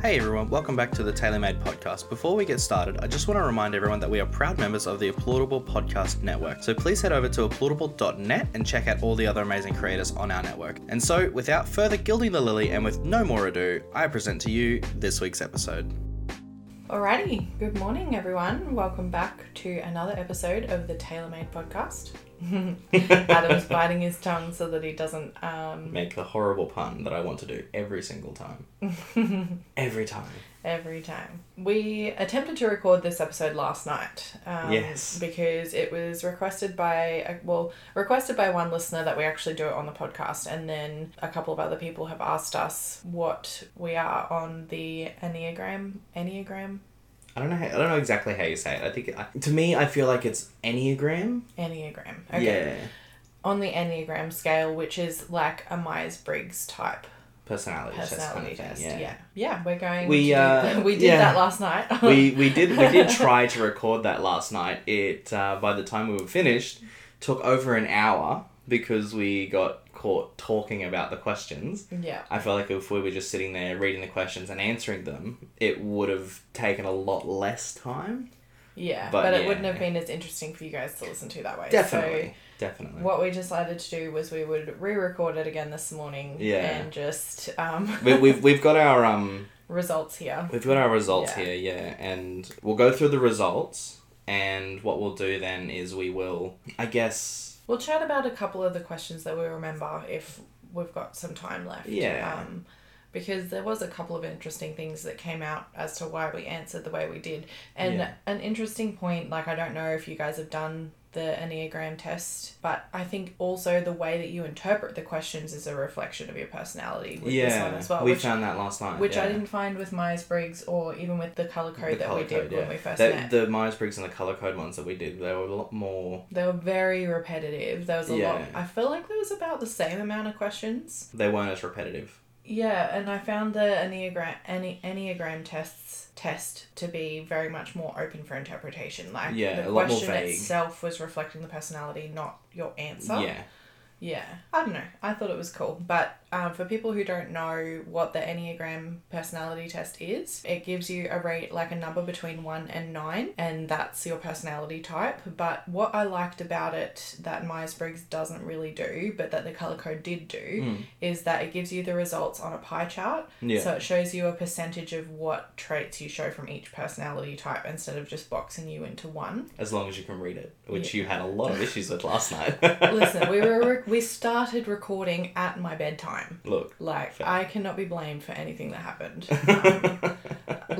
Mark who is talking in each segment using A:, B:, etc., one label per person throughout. A: Hey everyone, welcome back to the TaylorMade podcast. Before we get started, I just want to remind everyone that we are proud members of the Applaudable Podcast Network. So please head over to applaudable.net and check out all the other amazing creators on our network. And so, without further gilding the lily and with no more ado, I present to you this week's episode.
B: Alrighty, good morning everyone. Welcome back to another episode of the TaylorMade podcast. Adam's biting his tongue so that he doesn't. Um,
A: Make the horrible pun that I want to do every single time. every time.
B: every time. We attempted to record this episode last night. Um,
A: Yes.
B: Because it was requested by, a- well, requested by one listener that we actually do it on the podcast, and then a couple of other people have asked us what we are on the Enneagram. Enneagram?
A: I don't know. How, I don't know exactly how you say it. I think I, to me, I feel like it's enneagram.
B: Enneagram. Okay.
A: Yeah,
B: on the Enneagram scale, which is like a Myers Briggs type
A: personality, test kind
B: personality
A: of thing,
B: test. Yeah. yeah, we're going.
A: We,
B: to do-
A: uh,
B: we did
A: yeah.
B: that last night.
A: we we did we did try to record that last night. It uh, by the time we were finished, took over an hour because we got caught talking about the questions.
B: yeah,
A: I felt like if we were just sitting there reading the questions and answering them, it would have taken a lot less time.
B: yeah,
A: But
B: but, it
A: yeah,
B: wouldn't have
A: yeah.
B: been as interesting for you guys to listen to that way.
A: Definitely,
B: So
A: definitely.
B: what we decided to do was we would re-record it again this morning.
A: Yeah.
B: and just um,
A: we, we've we've got our um
B: results here.
A: we've got our results
B: Yeah.
A: here, yeah, and we'll go through the results. And what we'll do then is we will, I guess,
B: We'll chat about a couple of the questions that we remember if we've got some time left.
A: Yeah.
B: Um, because there was a couple of interesting things that came out as to why we answered the way we did. And
A: Yeah.
B: an interesting point, like I don't know if you guys have done the Enneagram test, but I think also the way that you interpret the questions is a reflection of your personality with this one as well.
A: we
B: which
A: found that last night.
B: which I
A: yeah.
B: didn't find with Myers Briggs or even with the color code
A: The
B: that
A: colour
B: we did
A: code,
B: when
A: yeah.
B: we first
A: The-
B: met.
A: The Myers Briggs and the color code ones that we did, they were a lot more.
B: They were very repetitive. There was a lot.
A: Yeah.
B: I feel like there was about the same amount of questions.
A: They weren't as repetitive.
B: Yeah, and I found the enneagram Enne- enneagram tests test to be very much more open for interpretation. Like
A: Yeah,
B: the
A: a lot more
B: question
A: vague.
B: itself was reflecting the personality, not your answer.
A: Yeah,
B: Yeah. I don't know. I thought it was cool. But um, for people who don't know what the Enneagram personality test is, it gives you a rate, like a number between one and nine, and that's your personality type. But what I liked about it that Myers Briggs doesn't really do, but that the color code did do, is that it gives you the results on a pie chart.
A: Yeah.
B: So it shows you a percentage of what traits you show from each personality type instead of just boxing you into one.
A: as long as you can read it, which you had a lot of issues with last night.
B: Listen, we were rec- we started recording at my bedtime.
A: Look,
B: Like,
A: Fair.
B: I cannot be blamed for anything that happened. Um,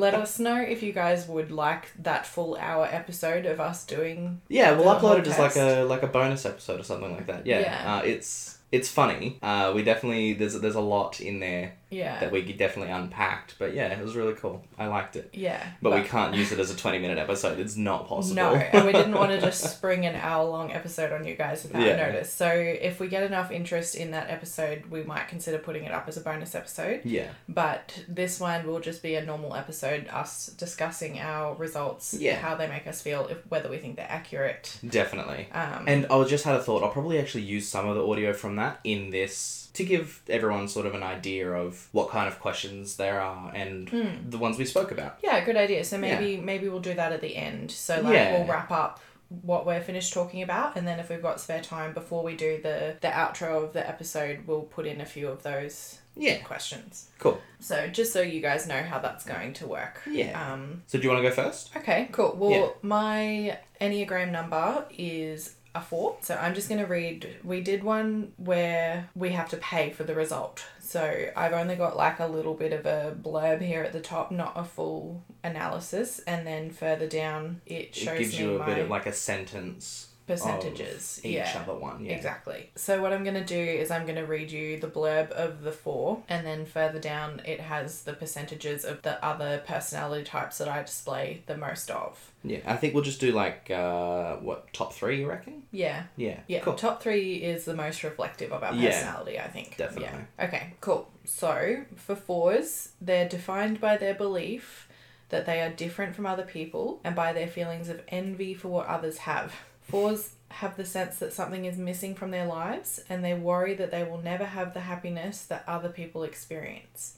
B: let us know if you guys would like that full hour episode of us doing.
A: yeah, we'll
B: The
A: upload
B: whole
A: it as like a like a bonus episode or something like that. Yeah,
B: Yeah.
A: Uh, it's it's funny. Uh, we definitely there's there's a lot in there
B: Yeah.
A: that we definitely unpacked. But yeah, it was really cool. I liked it.
B: Yeah.
A: But, we can't use it as a twenty minute episode. It's not possible.
B: No, and we didn't want to just spring an hour long episode on you guys without
A: Yeah.
B: notice. So if we get enough interest in that episode, we might consider putting it up as a bonus episode.
A: yeah.
B: But this one will just be a normal episode, us discussing our results,
A: Yeah.
B: how they make us feel, if whether we think they're accurate.
A: Definitely.
B: Um,
A: And I just had a thought. I'll probably actually use some of the audio from that in this to give everyone sort of an idea of what kind of questions there are and
B: Hmm.
A: the ones we spoke about.
B: Yeah, good idea. So maybe maybe we'll do that at the end. So like
A: Yeah.
B: we'll wrap up what we're finished talking about and then if we've got spare time before we do the the outro of the episode we'll put in a few of those
A: Yeah,
B: questions.
A: cool.
B: So just so you guys know how that's going to work.
A: Yeah.
B: Um
A: So do you want to go first?
B: okay, cool. Well,
A: Yeah.
B: my Enneagram number is a 4. So I'm just going to read we did one where we have to pay for the result. So I've only got like a little bit of a blurb here at the top, not a full analysis, and then further down it shows
A: it gives
B: me
A: you a
B: my
A: bit of like a sentence
B: percentages.
A: of each
B: yeah.
A: other one. Yeah.
B: Exactly. So what I'm going to do is I'm going to read you the blurb of the four and then further down it has the percentages of the other personality types that I display the most of.
A: Yeah. I think we'll just do like uh, what top three you reckon?
B: Yeah.
A: Yeah.
B: Yeah,
A: Cool.
B: top three is the most reflective of our
A: Yeah.
B: personality, I think.
A: Definitely.
B: Yeah. Okay, cool. So, for fours, they're defined by their belief that they are different from other people and by their feelings of envy for what others have. Fours have the sense that something is missing from their lives and they worry that they will never have the happiness that other people experience.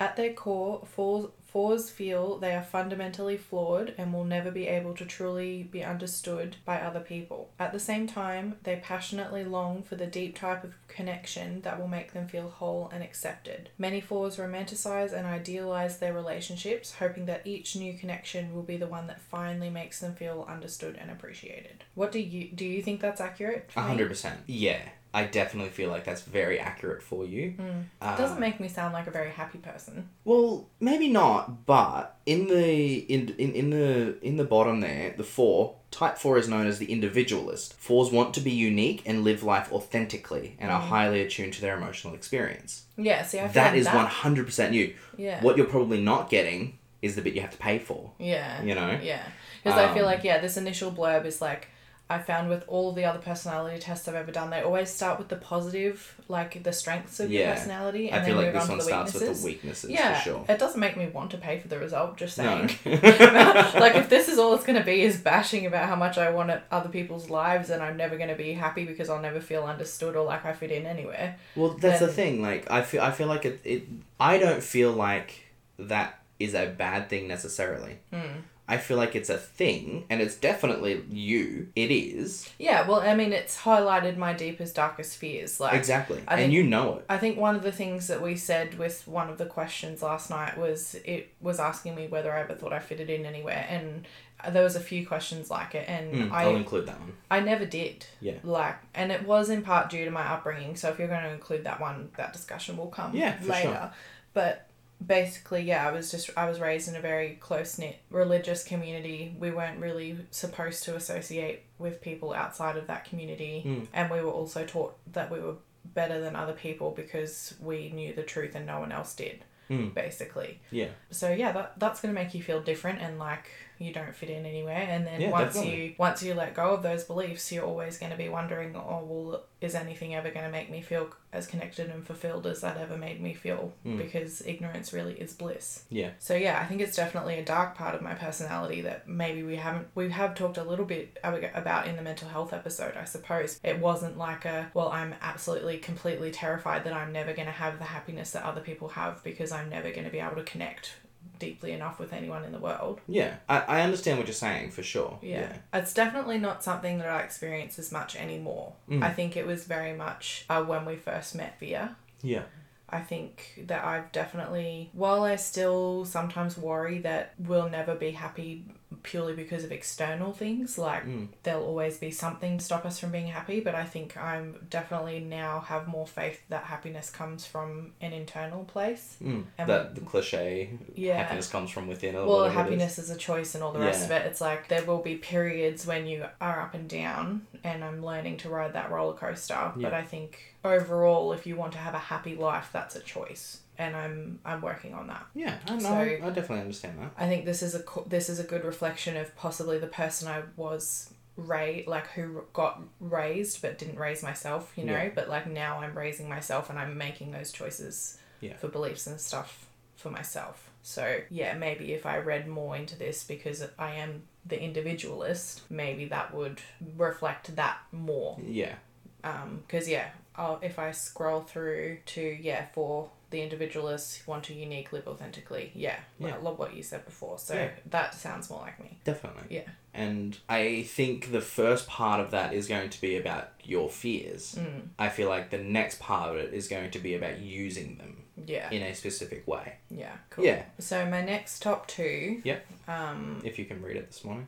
B: At their core, fours, fours feel they are fundamentally flawed and will never be able to truly be understood by other people. At the same time, they passionately long for the deep type of connection that will make them feel whole and accepted. Many fours romanticize and idealize their relationships, hoping that each new connection will be the one that finally makes them feel understood and appreciated. What do you do you think that's accurate? for
A: A
B: me?
A: hundred percent. Yeah, I definitely feel like that's very accurate for you.
B: Mm.
A: Um,
B: Doesn't make me sound like a very happy person.
A: Well, maybe not, but in the in, in in the in the bottom there, the four type four is known as the individualist. Fours want to be unique and live life authentically, and are highly attuned to their emotional experience.
B: Yeah, see, Mm. I feel
A: That
B: like
A: is one hundred percent you.
B: Yeah.
A: What you're probably not getting is the bit you have to pay for.
B: Yeah.
A: You know.
B: Yeah. Because I feel
A: Um,
B: like, yeah, this initial blurb is like, I found with all the other personality tests I've ever done, they always start with the positive, like the strengths of your
A: Yeah.
B: personality, and
A: I
B: then
A: feel like
B: move
A: this
B: on
A: one
B: to the
A: starts
B: weaknesses.
A: with the weaknesses
B: yeah,
A: for sure.
B: it doesn't make me want to pay for the result. Just
A: No.
B: saying, like if this is all it's gonna be is bashing about how much I want it- other people's lives, and I'm never gonna be happy because I'll never feel understood or like I fit in anywhere.
A: Well, that's the
B: then-
A: thing. Like, I feel, I feel like it, it. I don't feel like that is a bad thing necessarily.
B: Hmm.
A: I feel like it's a thing, and it's definitely you. It is
B: Yeah, well, I mean, it's highlighted my deepest, darkest fears. Like
A: exactly,
B: I
A: and
B: think-
A: you know it.
B: I think one of the things that we said with one of the questions last night was it was asking me whether I ever thought I fitted in anywhere, and there was a few questions like it, and
A: Mm, I'll
B: I
A: include that one.
B: I never did.
A: Yeah.
B: Like, and it was in part due to my upbringing. So if you're going to include that one, that discussion will come
A: Yeah, for
B: later.
A: sure.
B: But basically, yeah, I was just I was raised in a very close knit religious community. We weren't really supposed to associate with people outside of that community,
A: Mm.
B: and we were also taught that we were better than other people because we knew the truth and no one else did.
A: Mm.
B: Basically,
A: Yeah,
B: so yeah that, that's going to make you feel different and like you don't fit in anywhere and then
A: Yeah,
B: once
A: definitely.
B: you once you let go of those beliefs you're always going to be wondering oh well is anything ever going to make me feel as connected and fulfilled as that ever made me feel
A: Mm.
B: because ignorance really is bliss
A: yeah,
B: so yeah i think it's definitely a dark part of my personality that maybe we haven't we have talked a little bit ab- about in the mental health episode i suppose it wasn't like a well i'm absolutely completely terrified that i'm never going to have the happiness that other people have because i'm never going to be able to connect deeply enough with anyone in the world
A: yeah. I, I understand what you're saying for sure.
B: yeah. It's definitely not something that I experience as much anymore. I think it was very much uh, when we first met Via.
A: yeah,
B: I think that I've definitely, while I still sometimes worry that we'll never be happy purely because of external things, like
A: Mm.
B: there'll always be something to stop us from being happy, but I think I'm definitely now have more faith that happiness comes from an internal place.
A: yeah. Mm.
B: And
A: That the cliche
B: Um, Yeah.
A: happiness comes from within. Or
B: Well,
A: whatever it is.
B: happiness is. a choice and all the rest of
A: Yeah.
B: it. It's like there will be periods when you are up and down, and I'm learning to ride that roller coaster. But
A: Yeah.
B: I think overall, if you want to have a happy life, that's a choice, and I'm I'm working on that.
A: Yeah, I know.
B: So-
A: I definitely understand that.
B: I think this is a co- this is a good reflection of possibly the person I was raised like who got raised but didn't raise myself you know
A: Yeah.
B: but like now i'm raising myself and i'm making those choices
A: Yeah.
B: for beliefs and stuff for myself so yeah maybe if i read more into this because i am the individualist maybe that would reflect that more
A: Yeah,
B: um because yeah I'll, if i scroll through to yeah for the individualists want to unique live authentically yeah,
A: Yeah.
B: well, I love what you said before so
A: Yeah.
B: that sounds more like me
A: definitely.
B: yeah
A: And I think the first part of that is going to be about your fears.
B: Mm.
A: I feel like the next part of it is going to be about using them
B: yeah
A: in a specific way.
B: yeah cool
A: Yeah.
B: so my next top two
A: Yep.
B: um
A: If you can read it this morning.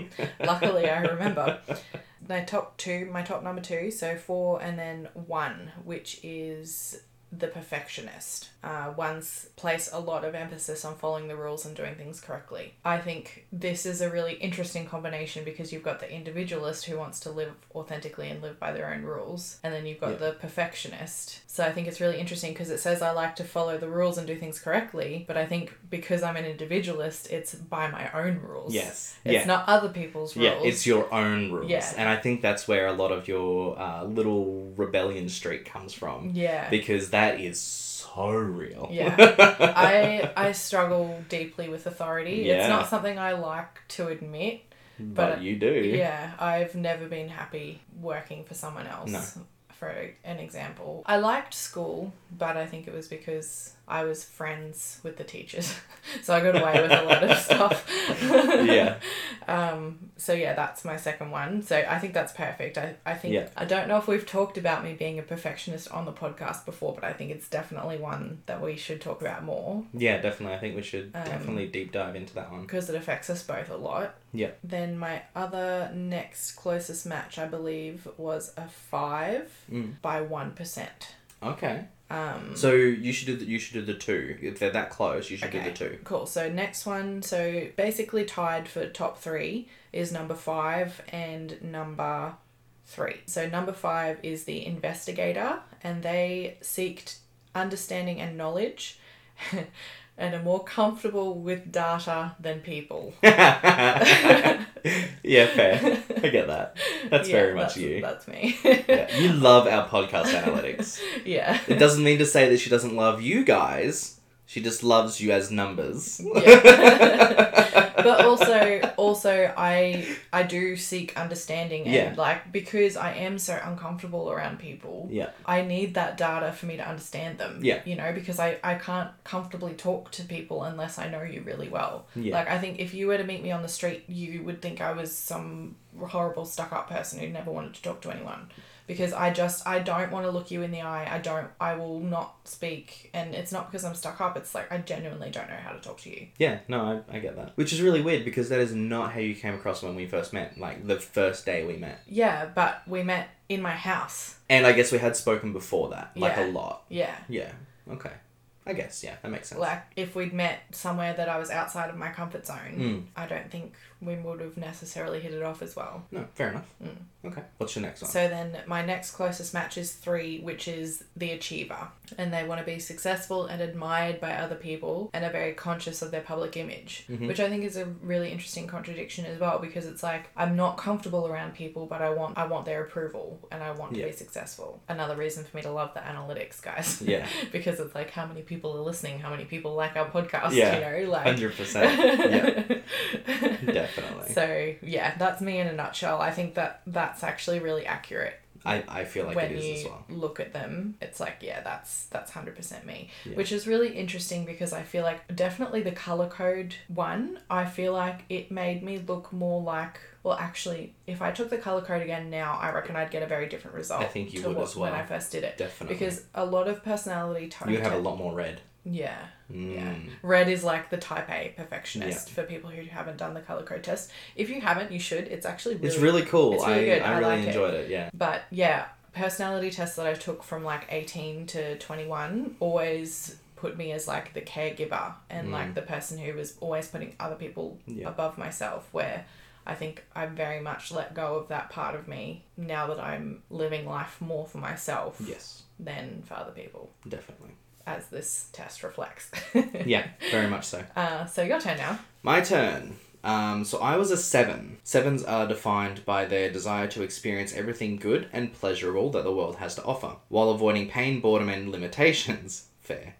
B: Luckily, I remember. My top two, my top number two, so four and then one, which is the perfectionist. Uh, one's place a lot of emphasis on following the rules and doing things correctly. I think this is a really interesting combination because you've got the individualist who wants to live authentically and live by their own rules, and then you've got
A: Yeah.
B: the perfectionist. So I think it's really interesting because it says I like to follow the rules and do things correctly, but I think because I'm an individualist, it's by my own rules.
A: Yes.
B: It's
A: yeah.
B: not other people's rules.
A: yeah, it's your own rules.
B: Yeah.
A: And I think that's where a lot of your uh, little rebellion streak comes from.
B: Yeah.
A: Because that is so real.
B: Yeah. I I struggle deeply with authority. It's
A: Yeah.
B: not something I like to admit.
A: but,
B: but-
A: you do.
B: Yeah, I've never been happy working for someone else.
A: No.
B: For an example, I liked school, but I think it was because I was friends with the teachers, so I got away with a lot of stuff.
A: Yeah.
B: Um, so yeah, that's my second one. So I think that's perfect. I, I think
A: Yeah.
B: I don't know if we've talked about me being a perfectionist on the podcast before, but I think it's definitely one that we should talk about more
A: Yeah, definitely. I think we should
B: Um,
A: definitely deep dive into that one.
B: because it affects us both a lot.
A: Yeah.
B: Then my other next closest match, I believe, was a five
A: Mm.
B: by one percent.
A: Okay.
B: Um,
A: So you should do the, you should do the two. If they're that close, you should do the two.
B: Cool. So next one, so basically tied for top three is number five and number three. So number five is the investigator, and they seek t- understanding and knowledge, and are more comfortable with data than people.
A: yeah, fair. I get that. That's
B: Yeah,
A: very much
B: that's-
A: you.
B: That's me.
A: Yeah. You love our podcast analytics.
B: yeah.
A: It doesn't mean to say that she doesn't love you guys. She just loves you as numbers.
B: Yeah. but also also i i do seek understanding and
A: Yeah.
B: like because i am so uncomfortable around people
A: Yeah.
B: i need that data for me to understand them
A: Yeah.
B: you know because i i can't comfortably talk to people unless i know you really well
A: Yeah.
B: like i think if you were to meet me on the street you would think i was some horrible stuck up person who never wanted to talk to anyone because I just I don't want to look you in the eye. I don't I will not speak and it's not because I'm stuck up. It's like I genuinely don't know how to talk to you.
A: Yeah, no, I, I get that. Which is really weird because that is not how you came across when we first met, like the first day we met.
B: Yeah, but we met in my house.
A: And I guess we had spoken before that, like a
B: Yeah.
A: lot.
B: Yeah.
A: Yeah, okay. I guess, yeah, that makes sense.
B: Like if we'd met somewhere that I was outside of my comfort zone,
A: Mm.
B: I don't think we would have necessarily hit it off as well.
A: No, fair enough.
B: Mm.
A: Okay. What's your next one?
B: So then my next closest match is 3, which is the achiever, and they want to be successful and admired by other people and are very conscious of their public image,
A: Mm-hmm.
B: which I think is a really interesting contradiction as well because it's like I'm not comfortable around people, but I want I want their approval and I want
A: Yeah.
B: to be successful. Another reason for me to love the analytics, guys.
A: yeah,
B: because it's like how many people are listening, how many people like our podcast,
A: Yeah.
B: you know, like.
A: 100%. yeah, definitely.
B: so yeah, that's me in a nutshell. I think that that's actually really accurate
A: I, I feel like
B: when
A: it is
B: you
A: as well.
B: look at them. It's like yeah, that's that's hundred percent me,
A: Yeah.
B: which is really interesting because I feel like definitely the color code one. I feel like it made me look more like. Well, actually, if I took the color code again now, I reckon I'd get a very different result.
A: think you
B: to
A: would
B: Oh, what-
A: as well.
B: when I first did it.
A: Definitely.
B: Because a lot of personality
A: you
B: types.
A: would have a lot more red.
B: Yeah. Yeah.
A: Mm.
B: Red is like the type A perfectionist for people who haven't done the color code test. If you haven't, you should. It's actually really,
A: It's really cool.
B: It's really
A: I,
B: good.
A: I
B: I
A: really
B: like it.
A: enjoyed it. Yeah.
B: But yeah, personality tests that I took from like 18 to 21 always put me as like the caregiver and like the person who was always putting other people
A: Mm. Yeah.
B: above myself where I think I've very much let go of that part of me now that I'm living life more for myself
A: Yes,
B: than for other people
A: definitely.
B: as this test reflects.
A: Yeah, very much so.
B: Uh, so your turn now.
A: My turn. Um, so I was a seven. Sevens are defined by their desire to experience everything good and pleasurable that the world has to offer, while avoiding pain, boredom, and limitations. Fair.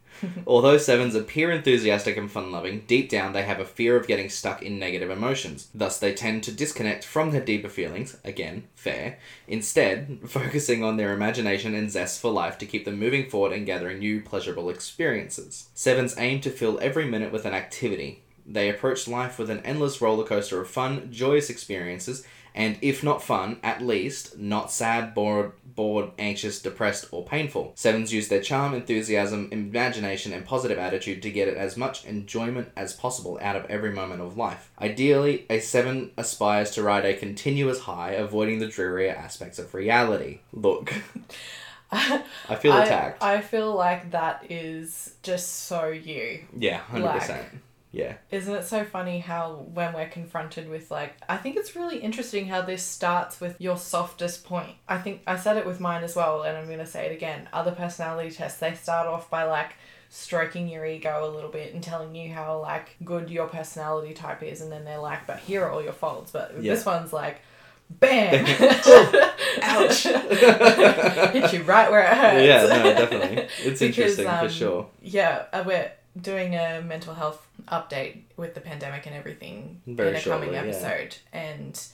A: Although sevens appear enthusiastic and fun loving, deep down they have a fear of getting stuck in negative emotions. Thus, they tend to disconnect from their deeper feelings, again, fair, instead, focusing on their imagination and zest for life to keep them moving forward and gathering new pleasurable experiences. Sevens aim to fill every minute with an activity, they approach life with an endless roller coaster of fun, joyous experiences, and if not fun, at least not sad, bored, bored, anxious, depressed, or painful. Sevens use their charm, enthusiasm, imagination, and positive attitude to get as much enjoyment as possible out of every moment of life. Ideally, a seven aspires to ride a continuous high, avoiding the drearier aspects of reality. Look, I feel attacked.
B: I, I feel like that is just so you.
A: yeah, hundred percent.
B: Like-
A: Yeah,
B: Isn't it so funny how when we're confronted with like I think it's really interesting how this starts with your softest point. I think I said it with mine as well and I'm going to say it again. Other personality tests they start off by like stroking your ego a little bit and telling you how like good your personality type is and then they're like but here are all your faults but
A: Yeah.
B: this one's like bam
A: ouch.
B: hit you right where it hurts.
A: yeah, no, definitely. It's
B: Because,
A: interesting for
B: um,
A: sure.
B: Yeah, uh, we're doing a mental health update with the pandemic and everything
A: Very
B: in a
A: shortly,
B: coming
A: yeah.
B: episode, and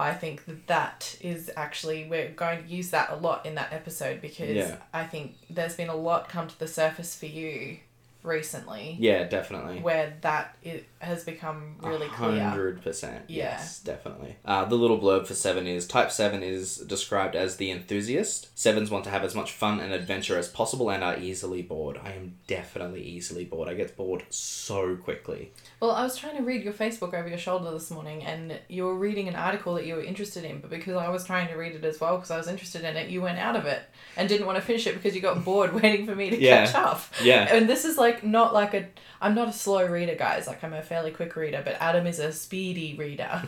B: I think that that is actually, we're going to use that a lot in that episode because
A: Yeah.
B: I think there's been a lot come to the surface for you recently
A: Yeah, definitely.
B: where that it has become really clear.
A: Hundred percent.
B: Yeah.
A: Yes, definitely. Uh, the little blurb for Seven is Type Seven is described as the enthusiast. Sevens want to have as much fun and adventure as possible and are easily bored. I am definitely easily bored. I get bored so quickly.
B: Well, I was trying to read your Facebook over your shoulder this morning and you were reading an article that you were interested in, but because I was trying to read it as well because I was interested in it, you went out of it and didn't want to finish it because you got bored waiting for me to
A: Yeah.
B: catch up.
A: Yeah.
B: And this is like not like a I'm not a slow reader, guys. Like I'm a fairly quick reader, but Adam is a speedy reader.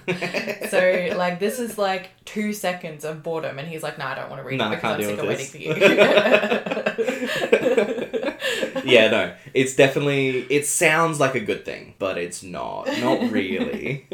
B: so like this is like two seconds of boredom, and he's like, "No, I don't want to read
A: No,
B: it
A: I
B: because I'm sick
A: can't
B: of waiting for
A: deal
B: you."
A: yeah, no. It's definitely it sounds like a good thing, but it's not. Not really.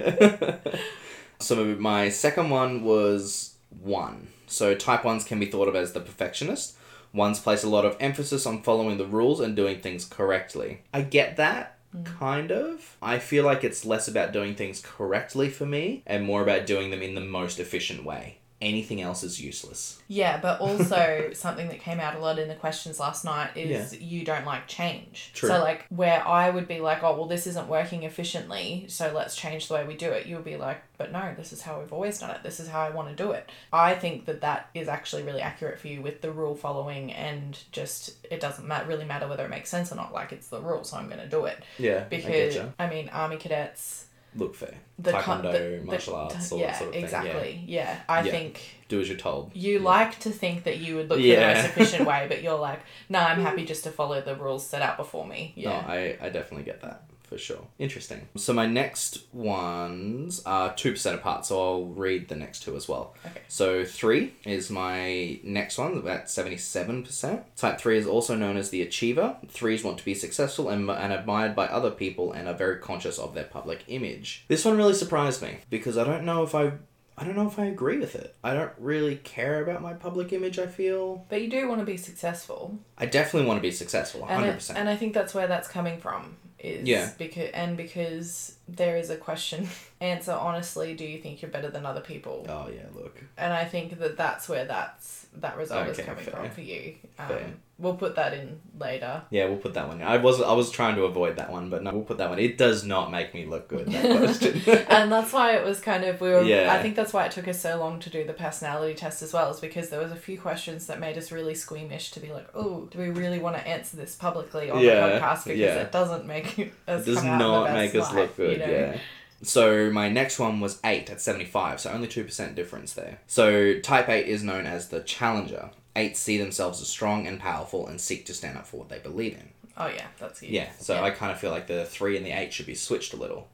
A: so my second one was one. So type ones can be thought of as the perfectionist. Ones place a lot of emphasis on following the rules and doing things correctly. I get that. Kind of. I feel like it's less about doing things correctly for me and more about doing them in the most efficient way. Anything else is useless.
B: Yeah, but also something that came out a lot in the questions last night is you don't like change.
A: True.
B: So like where I would be like, oh well, this isn't working efficiently, so let's change the way we do it. You'll be like, but no, this is how we've always done it. This is how I want to do it. I think that that is actually really accurate for you with the rule following and just it doesn't ma- really matter whether it makes sense or not. Like it's the rule, so I'm going to do it
A: Yeah. I get
B: because
A: ya.
B: I, mean army cadets.
A: look fair.
B: The con-
A: Taekwondo,
B: the- the-
A: martial arts, all
B: yeah,
A: that sort of thing. Yeah.
B: exactly. Yeah, I
A: Yeah.
B: think
A: Do as you're told.
B: you like to think that you would look
A: Yeah.
B: for the most efficient way, but you're like, no, nah, I'm happy just to follow the rules set out before me. Yeah.
A: No, I, I definitely get that for sure. Interesting. So my next ones are two percent apart, so I'll read the next two as well.
B: Okay.
A: So three is my next one, about seventy seven percent. Type three is also known as the achiever. Threes want to be successful and, and admired by other people and are very conscious of their public image. This one really surprised me because I don't know if I I don't know if I agree with it. I don't really care about my public image, I feel.
B: But you do want to be successful.
A: I definitely want to be successful,
B: And, I,
A: 100%.
B: and I think that's where that's coming from. Is
A: Yeah.
B: Because, and because there is a question. Answer honestly, do you think you're better than other people?
A: oh, yeah, look.
B: And I think that that's where that's that result is
A: Okay,
B: coming
A: fair.
B: from for you. Um,
A: Fair.
B: We'll put that in later.
A: Yeah, we'll put that one. I was I was trying to avoid that one, but no, we'll put that one. It does not make me look good. That question.
B: and that's why it was kind of we were
A: Yeah.
B: i think that's why it took us so long to do the personality test as well is because there was a few questions that made us really squeamish to be like oh do we really want to answer this publicly on
A: Yeah,
B: the podcast because
A: yeah.
B: it doesn't make us
A: it does
B: come out in the
A: not
B: best
A: make us
B: light,
A: look good.
B: you know?
A: Yeah. So my next one was eight at seventy five. So only two percent difference there. So type eight is known as the challenger. Eight see themselves as strong and powerful and seek to stand up for what they believe in.
B: oh yeah that's you
A: Yeah, so I kind of feel like the three and the eight should be switched a little.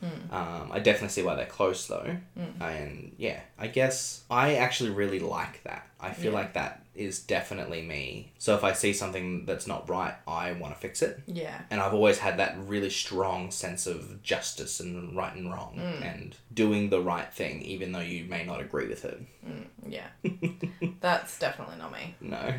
B: Hmm.
A: Um, I definitely see why they're close though, and yeah, I guess I actually really like that. I feel
B: Yeah.
A: like that is definitely me. So if I see something that's not right, I want to fix it,
B: yeah
A: and I've always had that really strong sense of justice and right and wrong
B: Hmm.
A: and doing the right thing, even though you may not agree with it.
B: yeah that's definitely not me
A: No,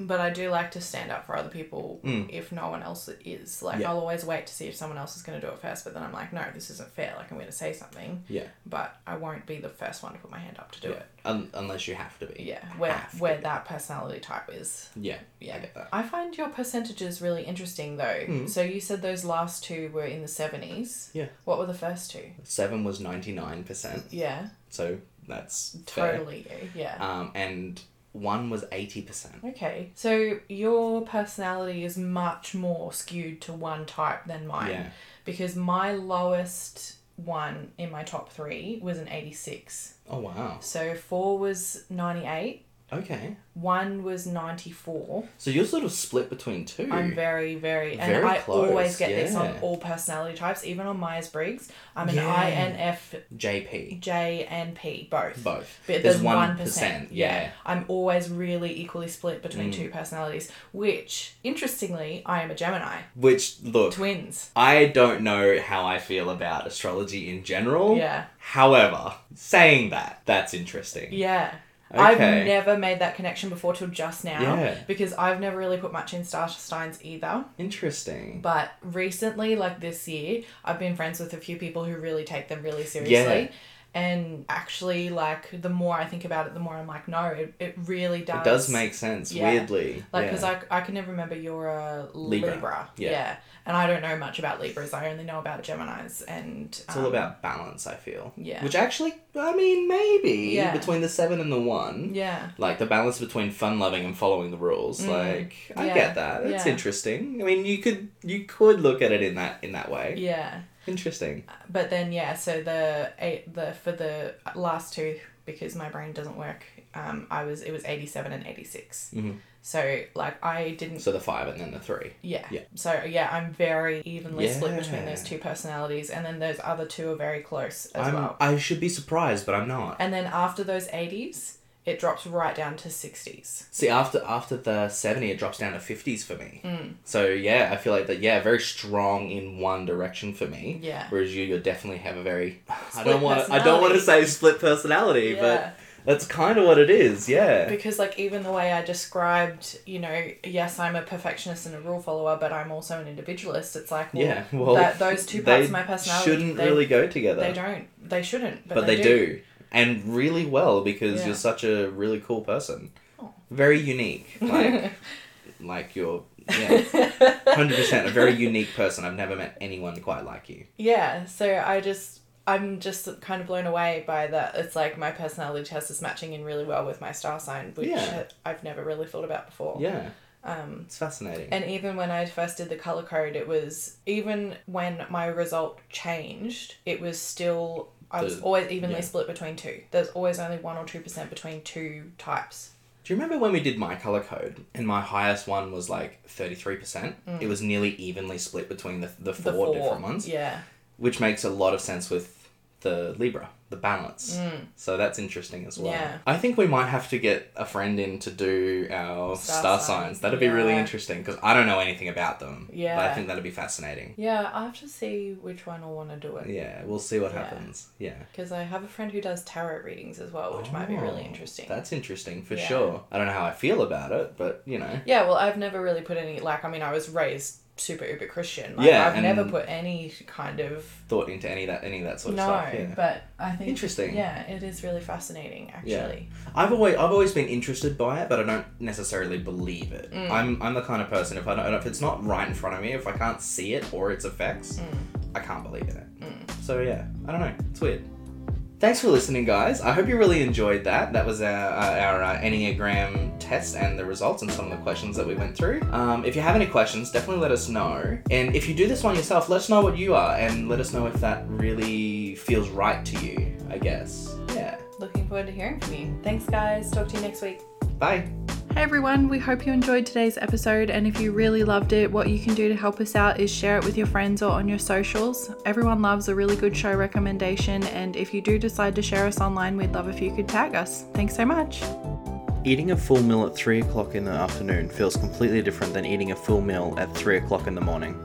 B: but i do like to stand up for other people if no one else is like
A: Mm. Yeah.
B: i'll always wait to see if someone else is going to do it first but then i'm like no this isn't fair like i'm going to say something
A: yeah,
B: but i won't be the first one to put my hand up to do
A: yeah.
B: it
A: Un- unless you have to be.
B: yeah where
A: Have to
B: where
A: be.
B: that personality type is
A: yeah, yeah. Ah, I
B: Yeah.
A: get that. Hmm.
B: i find your percentages really interesting though so you said those last two were in the 70s
A: Yeah.
B: what were the first two
A: Seven was ninety nine percent.
B: yeah
A: So that's fair.
B: totally you yeah
A: Um, and one was eighty percent.
B: okay so your personality is much more skewed to one type than mine
A: Yeah.
B: because my lowest one in my top three was an 86
A: Oh wow.
B: so four was 98
A: Okay.
B: one was 94
A: So you're sort of split between 2
B: I'm very, very, and
A: Very
B: I
A: close,
B: always get this on
A: yeah.
B: all personality types, even on Myers Briggs. I'm an
A: Yeah.
B: INFJ
A: JP.
B: and P, both.
A: Both. There's
B: But there's one percent.
A: Yeah. Mm.
B: I'm always really equally split between two personalities, which interestingly, I am a Gemini.
A: Which look,
B: Twins.
A: I don't know how I feel about astrology in general.
B: Yeah.
A: However, saying that, that's interesting.
B: Yeah.
A: Okay.
B: I've never made that connection before till just now
A: Yeah.
B: because I've never really put much in star signs either.
A: Interesting.
B: But recently, like this year, I've been friends with a few people who really take them really seriously.
A: Yeah.
B: And actually, like, the more I think about it, the more I'm like, no, it, it really does.
A: It does make sense,
B: Yeah.
A: weirdly. yeah.
B: Like, because I, I can never remember you're a
A: Libra.
B: Libra.
A: Yeah.
B: Yeah. And I don't know much about Libras. I only know about Geminis and. um,
A: It's all about balance, I feel.
B: yeah.
A: Which actually, I mean, maybe
B: Yeah.
A: between the seven and the one,
B: Yeah.
A: like the balance between fun loving and following the rules.
B: Mm,
A: Like, I
B: yeah,
A: get that. It's
B: yeah.
A: interesting. I mean, you could you could look at it in that in that way.
B: Yeah.
A: Interesting.
B: But then yeah, so the eight the for the last two because my brain doesn't work. Um, I was it was eighty seven and eighty
A: Mhm.
B: So like I didn't.
A: So the five and then the three.
B: yeah.
A: Yeah.
B: So yeah, I'm very evenly split between
A: Yeah.
B: those two personalities, and then those other two are very close as
A: I'm,
B: well.
A: I should be surprised, but I'm not.
B: And then after those eighties, it drops right down to sixties.
A: See, after after the seventy, it drops down to fifties for me.
B: Mm.
A: So yeah, I feel like that. Yeah, very strong in one direction for me.
B: Yeah.
A: Whereas you, you definitely have a very. I
B: Split
A: don't want. I don't want to
B: personality.
A: say split personality,
B: Yeah.
A: but that's kind of what it is. Yeah.
B: because like even the way i described you know yes i'm a perfectionist and a rule follower but i'm also an individualist it's like well,
A: Yeah. Well,
B: that, those two parts
A: they
B: of my personality
A: shouldn't
B: they,
A: really go together.
B: they don't they shouldn't but,
A: but they, do. and really well because
B: Yeah.
A: you're such a really cool person.
B: Oh.
A: Very unique, like like you're yeah, hundred percent a very unique person. I've never met anyone quite like you.
B: yeah so i just i'm just kind of blown away by that it's like my personality test is matching in really well with my star sign which
A: Yeah.
B: i've never really thought about before
A: Yeah,
B: um
A: it's fascinating.
B: And even when I first did the color code, it was even when my result changed, it was still I was
A: The-
B: always evenly
A: yeah.
B: split between two. There's always only one or two percent between two types.
A: Do you remember when we did my color code and my highest one was like 33%? It was nearly evenly split between the, the, four
B: Mm. The four
A: different ones,
B: Yeah,
A: which makes a lot of sense with the Libra, the balance. So that's interesting as well.
B: Mm. Yeah.
A: I think we might have to get a friend in to do our star,
B: Star
A: signs.
B: signs,
A: That'd be really
B: yeah.
A: interesting because I don't know anything about them. But I
B: Yeah.
A: think that'd be fascinating.
B: yeah. I have to see which one I want to do it
A: Yeah, we'll see what
B: Yeah.
A: happens. Yeah.
B: because I have a friend who does tarot readings as well, which might be really
A: Oh,
B: interesting.
A: That's interesting for
B: Yeah.
A: sure. I don't know how I feel about it, but you know.
B: Yeah, well, I've never really put any like I mean, I was raised super uber Christian. Like,
A: Yeah,
B: I've never
A: and-
B: put any kind of
A: Thought into any of that any of that sort of
B: no,
A: stuff. Yeah.
B: but I think
A: Interesting.
B: Yeah, it is really fascinating actually.
A: Yeah. I've always I've always been interested by it, but I don't necessarily believe it. I'm I'm the kind of person if I don't if it's not right in front of me, if I can't see it or its effects, I can't believe in it. So yeah, I don't know. It's weird. Thanks for listening, guys. I hope you really enjoyed that. That was our, uh, our uh, Enneagram test and the results and some of the questions that we went through. Um, if you have any questions, definitely let us know. And if you do this one yourself, let us know what you are and let us know if that really feels right to you, I guess. Yeah.
B: Looking forward to hearing from you. Thanks, guys. Talk to you next week.
A: Bye.
B: Hey everyone, we hope you enjoyed today's episode. And if you really loved it, what you can do to help us out is share it with your friends or on your socials. Everyone loves a really good show recommendation. And if you do decide to share us online, we'd love if you could tag us. Thanks so much.
A: Eating a full meal at 3 o'clock in the afternoon feels completely different than eating a full meal at 3 o'clock in the morning.